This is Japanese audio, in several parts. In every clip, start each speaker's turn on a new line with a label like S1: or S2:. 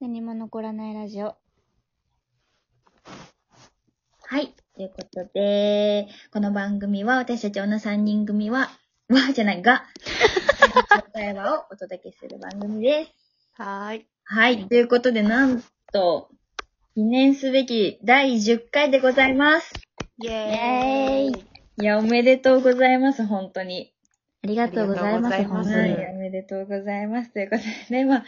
S1: 残らないラジオ。
S2: はい。ということで、この番組は私たち女3人組は、わじゃないが、会話をお届けする番組です。
S1: はーい。
S2: はい。ということで、なんと、記念すべき第10回でございます。
S1: イ
S2: エーイいや、おめでとうございます、本当に。
S1: ありがとうございます、
S3: ありがとう
S1: 本
S3: ご
S1: 当
S3: ざ
S2: はい、
S1: に
S3: い。
S2: おめでとうございます。ということでね、まあ、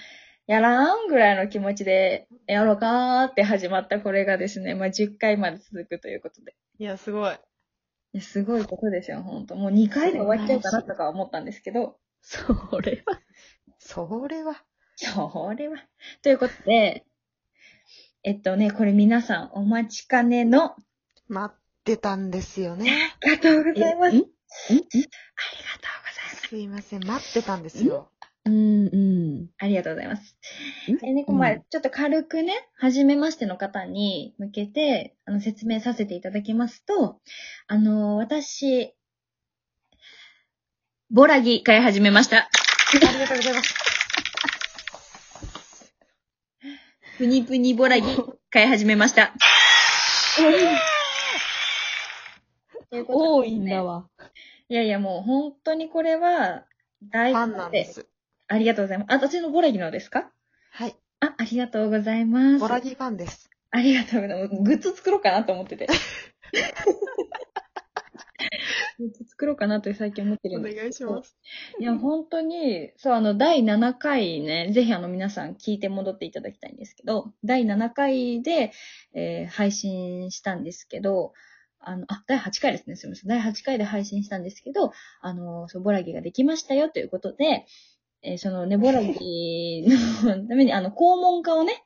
S2: やらんぐらいの気持ちで、やろうかーって始まったこれがですね、まあ10回まで続くということで。
S3: いや、すごい。
S2: いやすごいことですよ、ほんと。もう2回で終わっちゃうかなとか思ったんですけど、それは、
S3: それは。
S2: それは。ということで、えっとね、これ皆さんお待ちかねの、あ
S3: 待ってたんですよね。
S2: りがとうございます。ありがとうござい
S1: ん
S2: ます。
S3: すいません、待ってたんですよ。
S1: うん、うん。
S2: ありがとうございます。
S1: ん
S2: えね、こうまあ、ちょっと軽くね、初めましての方に向けて、あの、説明させていただきますと、あの、私、ボラギ飼い始めました。
S3: ありがとうございます。
S2: プニプニボラギ飼い始めました。ということ
S1: 多
S2: で
S1: いんだわ。
S2: いやいや、もう本当にこれは、大
S3: フ
S2: フ
S3: ァ
S2: ァ
S3: ン
S2: ン
S3: なん
S2: で。
S3: ですす。
S2: ありがとうございます。あ、私のボラギのですか
S3: はい。
S2: あ、ありがとうございます。
S3: ボラギファンです。
S2: ありがとうございます。グッズ作ろうかなと思っ てて。グッズ作ろうかなって最近思ってるんです。
S3: 願いし
S2: ます。いや、本当に、そう、あの、第7回ね、ぜひあの、皆さん聞いて戻っていただきたいんですけど、第7回で、えー配信したんですけど、あの、あ、第8回ですね、すみません。第8回で配信したんですけど、あの、そう、ボラギができましたよということで、えーそのね、ボラギの ために、あの、肛門科をね、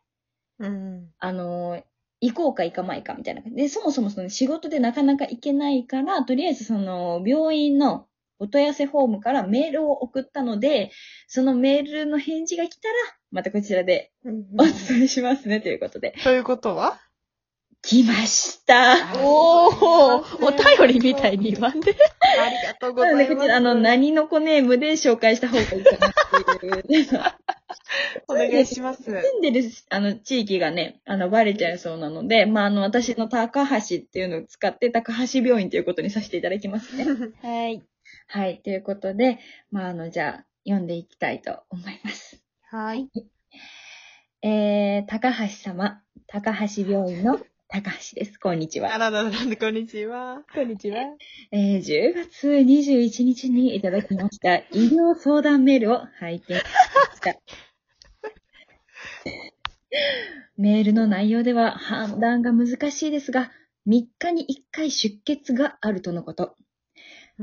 S3: うん。
S2: あの、行こうか行かないかみたいな感じで、そもそもその仕事でなかなか行けないから、とりあえずその病院のお問い合わせフォームからメールを送ったので、そのメールの返事が来たら、またこちらでお伝えしますね、ということで。
S3: ということは
S2: 来ました
S3: お
S1: お
S3: ー
S1: お便りみたいに言わんで。
S3: ありがとうご
S2: なの
S3: ざ
S2: で、
S3: い
S2: こ
S3: ま
S2: ち
S3: す。
S2: ら、あの、何の子ネームで紹介した方がいいかなっていう。
S3: お願いします。
S2: 住んでる、あの、地域がね、あの、バレちゃいそうなので、まあ、あの、私の高橋っていうのを使って、高橋病院ということにさせていただきますね。
S1: はい。
S2: はい、ということで、まあ、あの、じゃあ、読んでいきたいと思います。
S3: はい。
S2: えー、高橋様、高橋病院の高橋です。こんにち
S3: あ
S2: は。
S3: らららら、こんにちは。
S1: こんにちは。
S2: えー、10月21日にいただきました医療相談メールを拝見しました。 メールの内容では判断が難しいですが、3日に1回出血があるとのこと。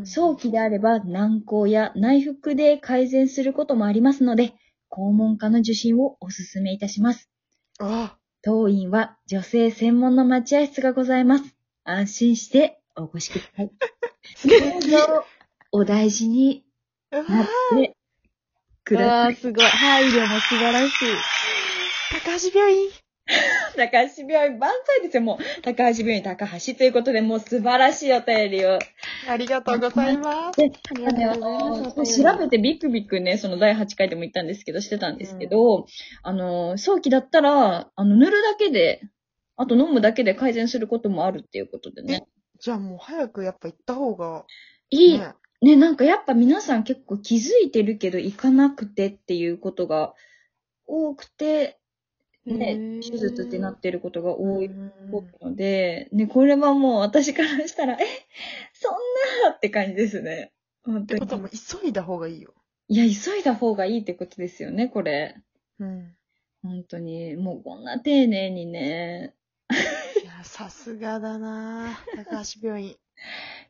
S2: 早期であれば軟膏や内服で改善することもありますので、肛門科の受診をお勧めいたします。
S3: あ
S2: 当院は女性専門の待合室がございます。安心してお越しください。 どうぞお大事に
S3: うわ
S2: なってくだ
S1: わあ、すごい。配慮も素晴らしい。
S3: 高橋病院。
S2: さい。高橋病院万歳ですよ、もう。高橋病院高橋ということで、もう素晴らしいお便りを。
S3: ありがとうございます。
S2: で、
S1: あり
S2: あの調べてビクビクね、その第8回でも言ったんですけど、してたんですけど、あの、早期だったら、あの、塗るだけで、あと飲むだけで改善することもあるっていうことでね。
S3: じゃあもう早くやっぱ行った方が。
S2: いい。
S3: ね
S2: ね、なんかやっぱ皆さん結構気づいてるけど行かなくてっていうことが多くて、
S3: う
S2: ね
S3: ん、
S2: 手術ってなってることが多い
S3: うん
S2: ので、ね、これはもう私からしたら、え、そんなって感じですね。
S3: っ
S2: 本
S3: て
S2: 当に
S3: ことはもう急いだ方がいいよ。
S2: いや、急いだ方がいいってことですよね、これ。
S3: うん。
S2: 本当に、もうこんな丁寧にね。
S3: いや、さすがだなぁ高橋病院。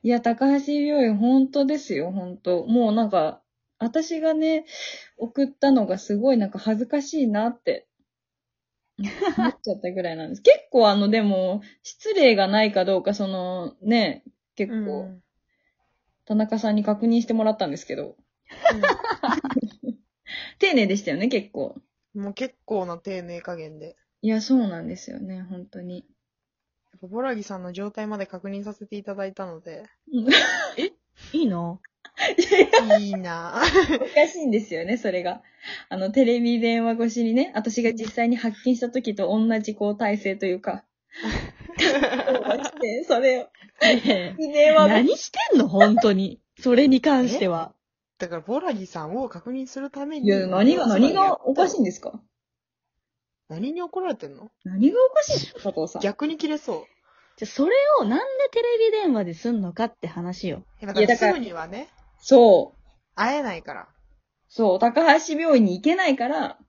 S2: いや、高橋病院、本当ですよ、本当。もうなんか、私がね、送ったのがすごいなんか恥ずかしいなって、思っちゃったぐらいなんです。結構あの、でも、失礼がないかどうか、その、ね、結
S3: うん。
S2: 構、
S3: うん
S2: 田中さんに確認してもらったんですけど、丁寧でしたよね、結構。
S3: もう結構な丁寧加減で。や
S2: いや、そうなんですよね、本当に。
S3: っぱボラギさんの状態まで確認させていただいたので、
S1: いいの
S3: いいな
S2: おかしいんですよね、それが。あの、テレビ電話越しにね、私が実際に発見した時と同じこう体勢という か、来て、それを、
S1: ねえ
S2: 電話越し
S1: 何してんの本当に。それに関しては。
S3: だから、ボラギさんを確認するため
S2: い
S3: に。
S2: や、何が、何がおかし
S3: い
S2: いんですか
S3: 何に怒られてんの
S2: 何がおかしいんですか佐藤さん。
S3: 逆に切れそ
S1: じゃ、それをなんでテレビ電話ですんのかって話よ。
S3: う。だ
S2: い
S3: か
S2: やだ
S3: ら、
S2: から
S3: すぐにはね、
S2: そう。
S3: 会えないから。
S2: そう、高橋病院に行けないから、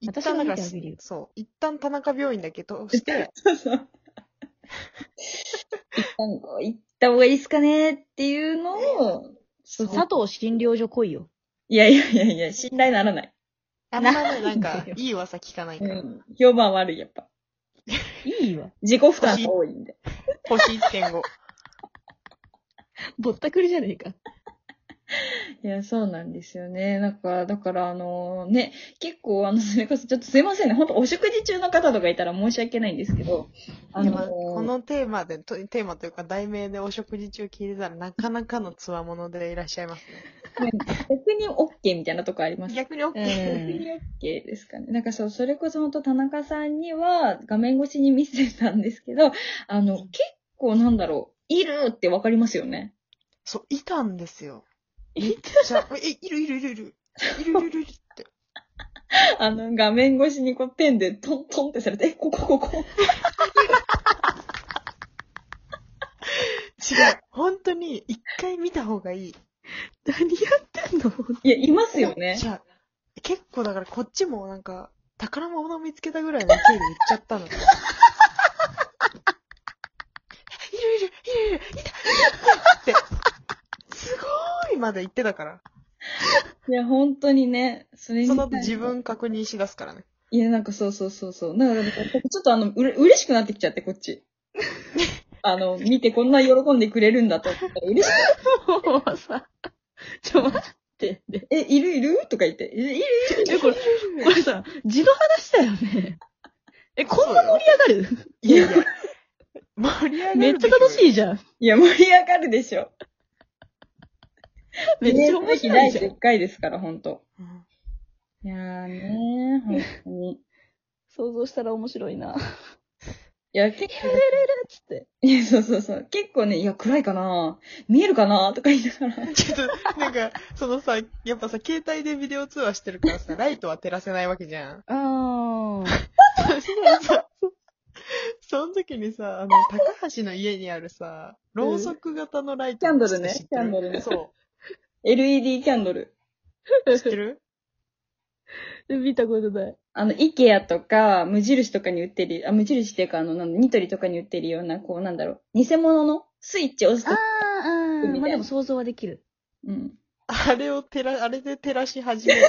S3: 一
S1: 私
S3: 旦
S1: が
S3: だ
S1: 見
S3: か
S1: てあ
S3: ら
S1: げるよ、
S3: そう。一旦田中病院だ け通して、
S2: そうそう。一旦、こう行った方がいいですかねっていうのを、
S3: そう
S1: 佐藤診療所来いよ。
S2: いやいやいやいや、信頼ならない。
S3: あんまね、なん
S1: な
S3: か
S1: んだよ、
S3: いい噂聞かないか
S2: う
S3: ら。
S2: ん。評判悪い、やっぱ。
S1: いいわ。
S2: 自己負担が多いんで。
S3: 星1.5。
S1: ぼったくりじゃねえか。
S2: いや、そうなんですよね。なんか、だから、あのね、結構、あの、それこそ、ちょっとすいませんね。本当お食事中の方とかいたら申し訳ないんですけど、あ
S3: で
S2: の
S3: も、このテーマで、とテーマというか、題名でお食事中聞いてたら、なかなかのつわものでいらっしゃいますね。
S2: 逆に OK みたいなとこあります。
S3: 逆に OK。
S1: うん
S2: 逆に OK ですかね。なんかそう、それこそ本当田中さんには画面越しに見せてたんですけど、あの、結構なんだろう、いるってわかりますよね。
S3: そう、いたんですよ。
S1: い
S3: じゃあ、え、いるいるいるいる。いるいる いるいるって。
S2: あの、画面越しにこうペンでトントンってされて、え、ここここ。
S3: 違う。本当に、一回見た方がいい。
S1: 何やってんの
S2: いや、いますよね
S3: じ。ゃあ、結構だからこっちもなんか、宝物を見つけたぐらいの勢いで言っちゃったの。いるいる、いるいる、いた、いたいたって。すごーいまで言ってたから。
S2: いや、本当にね、それに。
S3: その後自。分確認しだすからね。
S2: いや、なんかそうそうそうそう。なんか、ちょっとあの、うれ嬉しくなってきちゃって、こっ ち。あの、見てこんな喜んでくれるんだと思ったら嬉しい。
S1: もうさ、ちょ、待って。ね
S2: え、いるいるとか言って。えいるいる
S1: え、これ、これさ、自動話だよね。え、こんな盛り上がる
S3: いやいや。盛り上がる。
S1: めっちゃ楽し
S3: い。
S1: いじゃん。
S2: いや、盛り上がるでしょ。
S1: めっちゃ面白いじゃ
S2: 第
S1: ん。
S2: 10回ですから、ほんと。
S3: うん
S2: いやーねー、ほんとに。い
S1: 想像したら面白いな。
S2: や、結構、
S1: つって。
S2: いや、そうそうそう。結構ね、いや、暗いかな見えるかなとか言いながら。
S3: ちょっと、なんか、そのさ、やっぱさ、携帯でビデオ通話してるからさ、ライトは照らせないわけじゃん。
S1: あー。
S3: その時にさ、あの、高橋の家にあるさ、ろうそく型のライト。
S2: キャンドルね
S3: 知ってる
S2: キャンドルね
S3: そ
S2: LED キャンドル。
S3: う。知ってる
S1: 見たことない。
S2: あの、イケアとか、無印とかに売ってる、あ、無印っていうか、あの、なんだニトリとかに売ってるような、こう、なんだろう、偽物のスイッチを押す
S1: あー
S2: と、
S1: あ
S2: ー
S1: ー。まあでも想像はできる。
S2: うん。
S3: あれを照ら、あれで照らし始めるって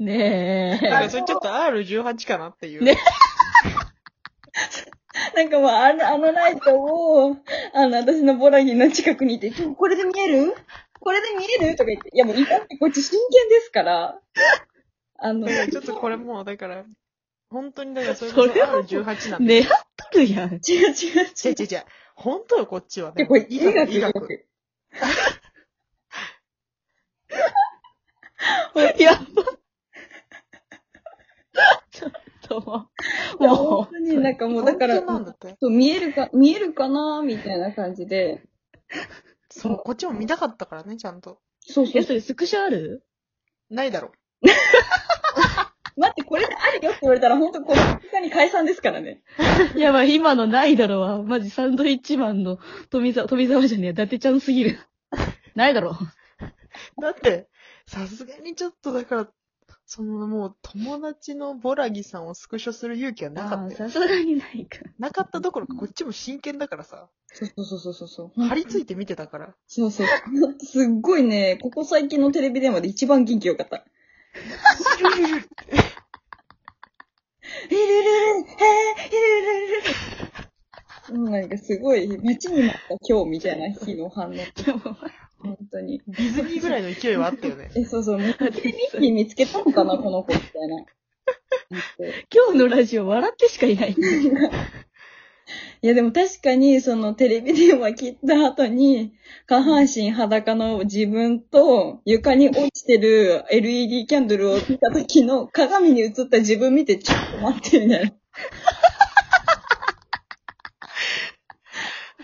S3: いう。
S1: ね
S3: な ん
S1: え。
S3: かそれちょっと R18 かなっていう。
S1: ね
S2: なんかもう、あの、あのライトを、あの、私のボラギーの近くにいて、今日これで見えるこれで見えるとか言って、いやもう、いたってこっち真剣ですから、あの、
S3: だからちょっとこれもう、だから、本当にだからそれこそ
S1: それは
S3: R18 なんで。
S1: 狙っとるやん。
S2: 違う違う
S3: 違
S2: 違
S3: う
S2: う。
S3: 違う違う。本当よ、こっちはね
S2: で、これ、。医学、
S3: 医
S2: 医
S3: 学。
S2: 学。
S1: やば。ちょっともう。
S2: 本
S1: も
S2: 当になんかもう、だから、
S3: 本当なんだって。
S2: そう見えるか、見えるかなみたいな感じで。
S3: そう、こっちも見たかったからね、ちゃんと。
S2: そう
S1: う。い
S2: そう
S1: や、。それスクショある
S3: ないだろ。
S2: 待って、これであるよって言われたら、本当この他に解散ですからね。
S1: いや、まあ今のないだろは、マジサンドイッチマンの富澤、富澤じゃねえ、伊達ちゃんすぎる。ないだろ。
S3: だって、さすがにちょっとだから、そのもう友達のボラギさんをスクショする勇気はなかったよ。
S1: さすがにないか。
S3: なかったどころかこっちも真剣だからさ、
S2: そうそうそうそうそう。
S3: 張り付いて見てたから。
S2: そうそう。 すっごいね、ここ最近のテレビ電話で一番元気よかった。ルルルンへールルルルルもうなんかすごい、待ちに待った今日みたいな日の反応。
S1: でも、
S2: 本当に。
S3: ディズニーぐらいの勢いはあったよ ね。
S2: え、そうそう、ミッキーミッキー見つけたのかな、この子、みたいな。
S1: 今日のラジオ笑ってしかいない。
S2: いいやでも確かに、そのテレビ電話切った後に、下半身裸の自分と床に落ちてる LED キャンドルを見た時の鏡に映った自分見て、ちょっと待ってみた いな。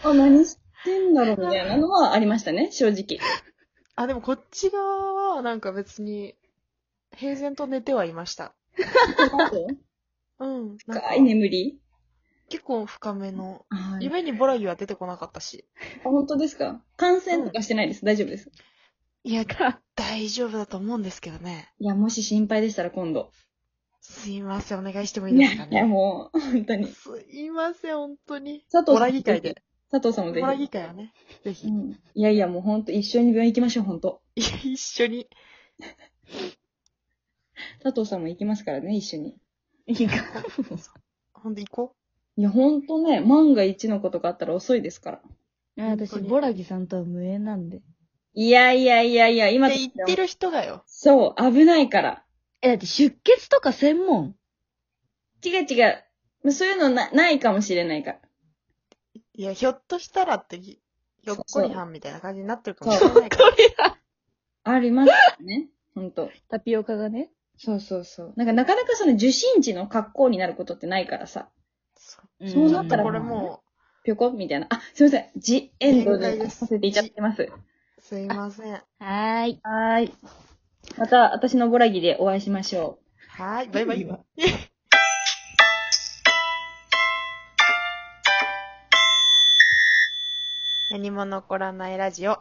S2: あ、何してんだろうみたいなのはありましたね、正直。
S3: あ、でもこっち側はなんか別に、平然と寝てはいました。うん。なんか
S2: 深い眠り
S3: 結構深めの。
S2: あー
S3: 夢にボラギは出てこなかったし。
S2: あ本当ですか感染とかしてないです。大丈夫です。
S3: いや、大丈夫だと思うんですけどね。
S2: いや、もし心配でしたら今度。
S3: すいません、お願いしてもいい
S2: い
S3: で
S2: や、
S3: すか
S2: いや
S3: ね。
S2: もう、本当 に。
S3: すいません、本当に。
S2: 佐藤
S3: ボ
S2: さ
S3: ラ
S2: んも
S3: ギ
S2: ぜ
S3: 会
S2: ひ
S3: で。。
S2: 佐藤さんも
S3: ボ
S2: ぜ
S3: ラギ
S2: ひ。
S3: 会はね。ぜひ
S2: う。ん、いやいや、もう本当一緒に病院行きましょう、本当
S3: 一緒に。
S2: 佐藤さんも行きますからね、一緒に。
S1: いいか。
S3: ほんで行こ
S2: いや、本当ね、万が一のことがあったら遅いですから。
S1: あ私、ボラギさんとは無縁なんで。
S2: いやいやいやいや、
S3: う。
S2: 今
S3: って言ってる人がよ。
S2: そう、危ないから。
S1: え、だって出血とか専門
S2: 違う違う。もうそういうのなないかもしれないから。
S3: いや、ひょっとしたらって、ひひょっこりはんみたいな感じになってるかもし
S2: そ
S3: れないから。
S2: ありますからね。本当
S1: タピオカがね。
S2: そうそうそう。なんかなかなかその受信地の格好になることってないからさ。
S3: そう
S2: そうなったら
S3: こ
S1: ん
S3: れも
S2: ぴょこみたいな。あ、すいません。ジ・エンド
S3: 限界で
S2: ですさせていただきます。
S3: う、すいません。
S1: はーい。
S2: はーい。また私のボラギでお会いしましょう。
S3: はーい、バイバイ。 何も残らないラジオ。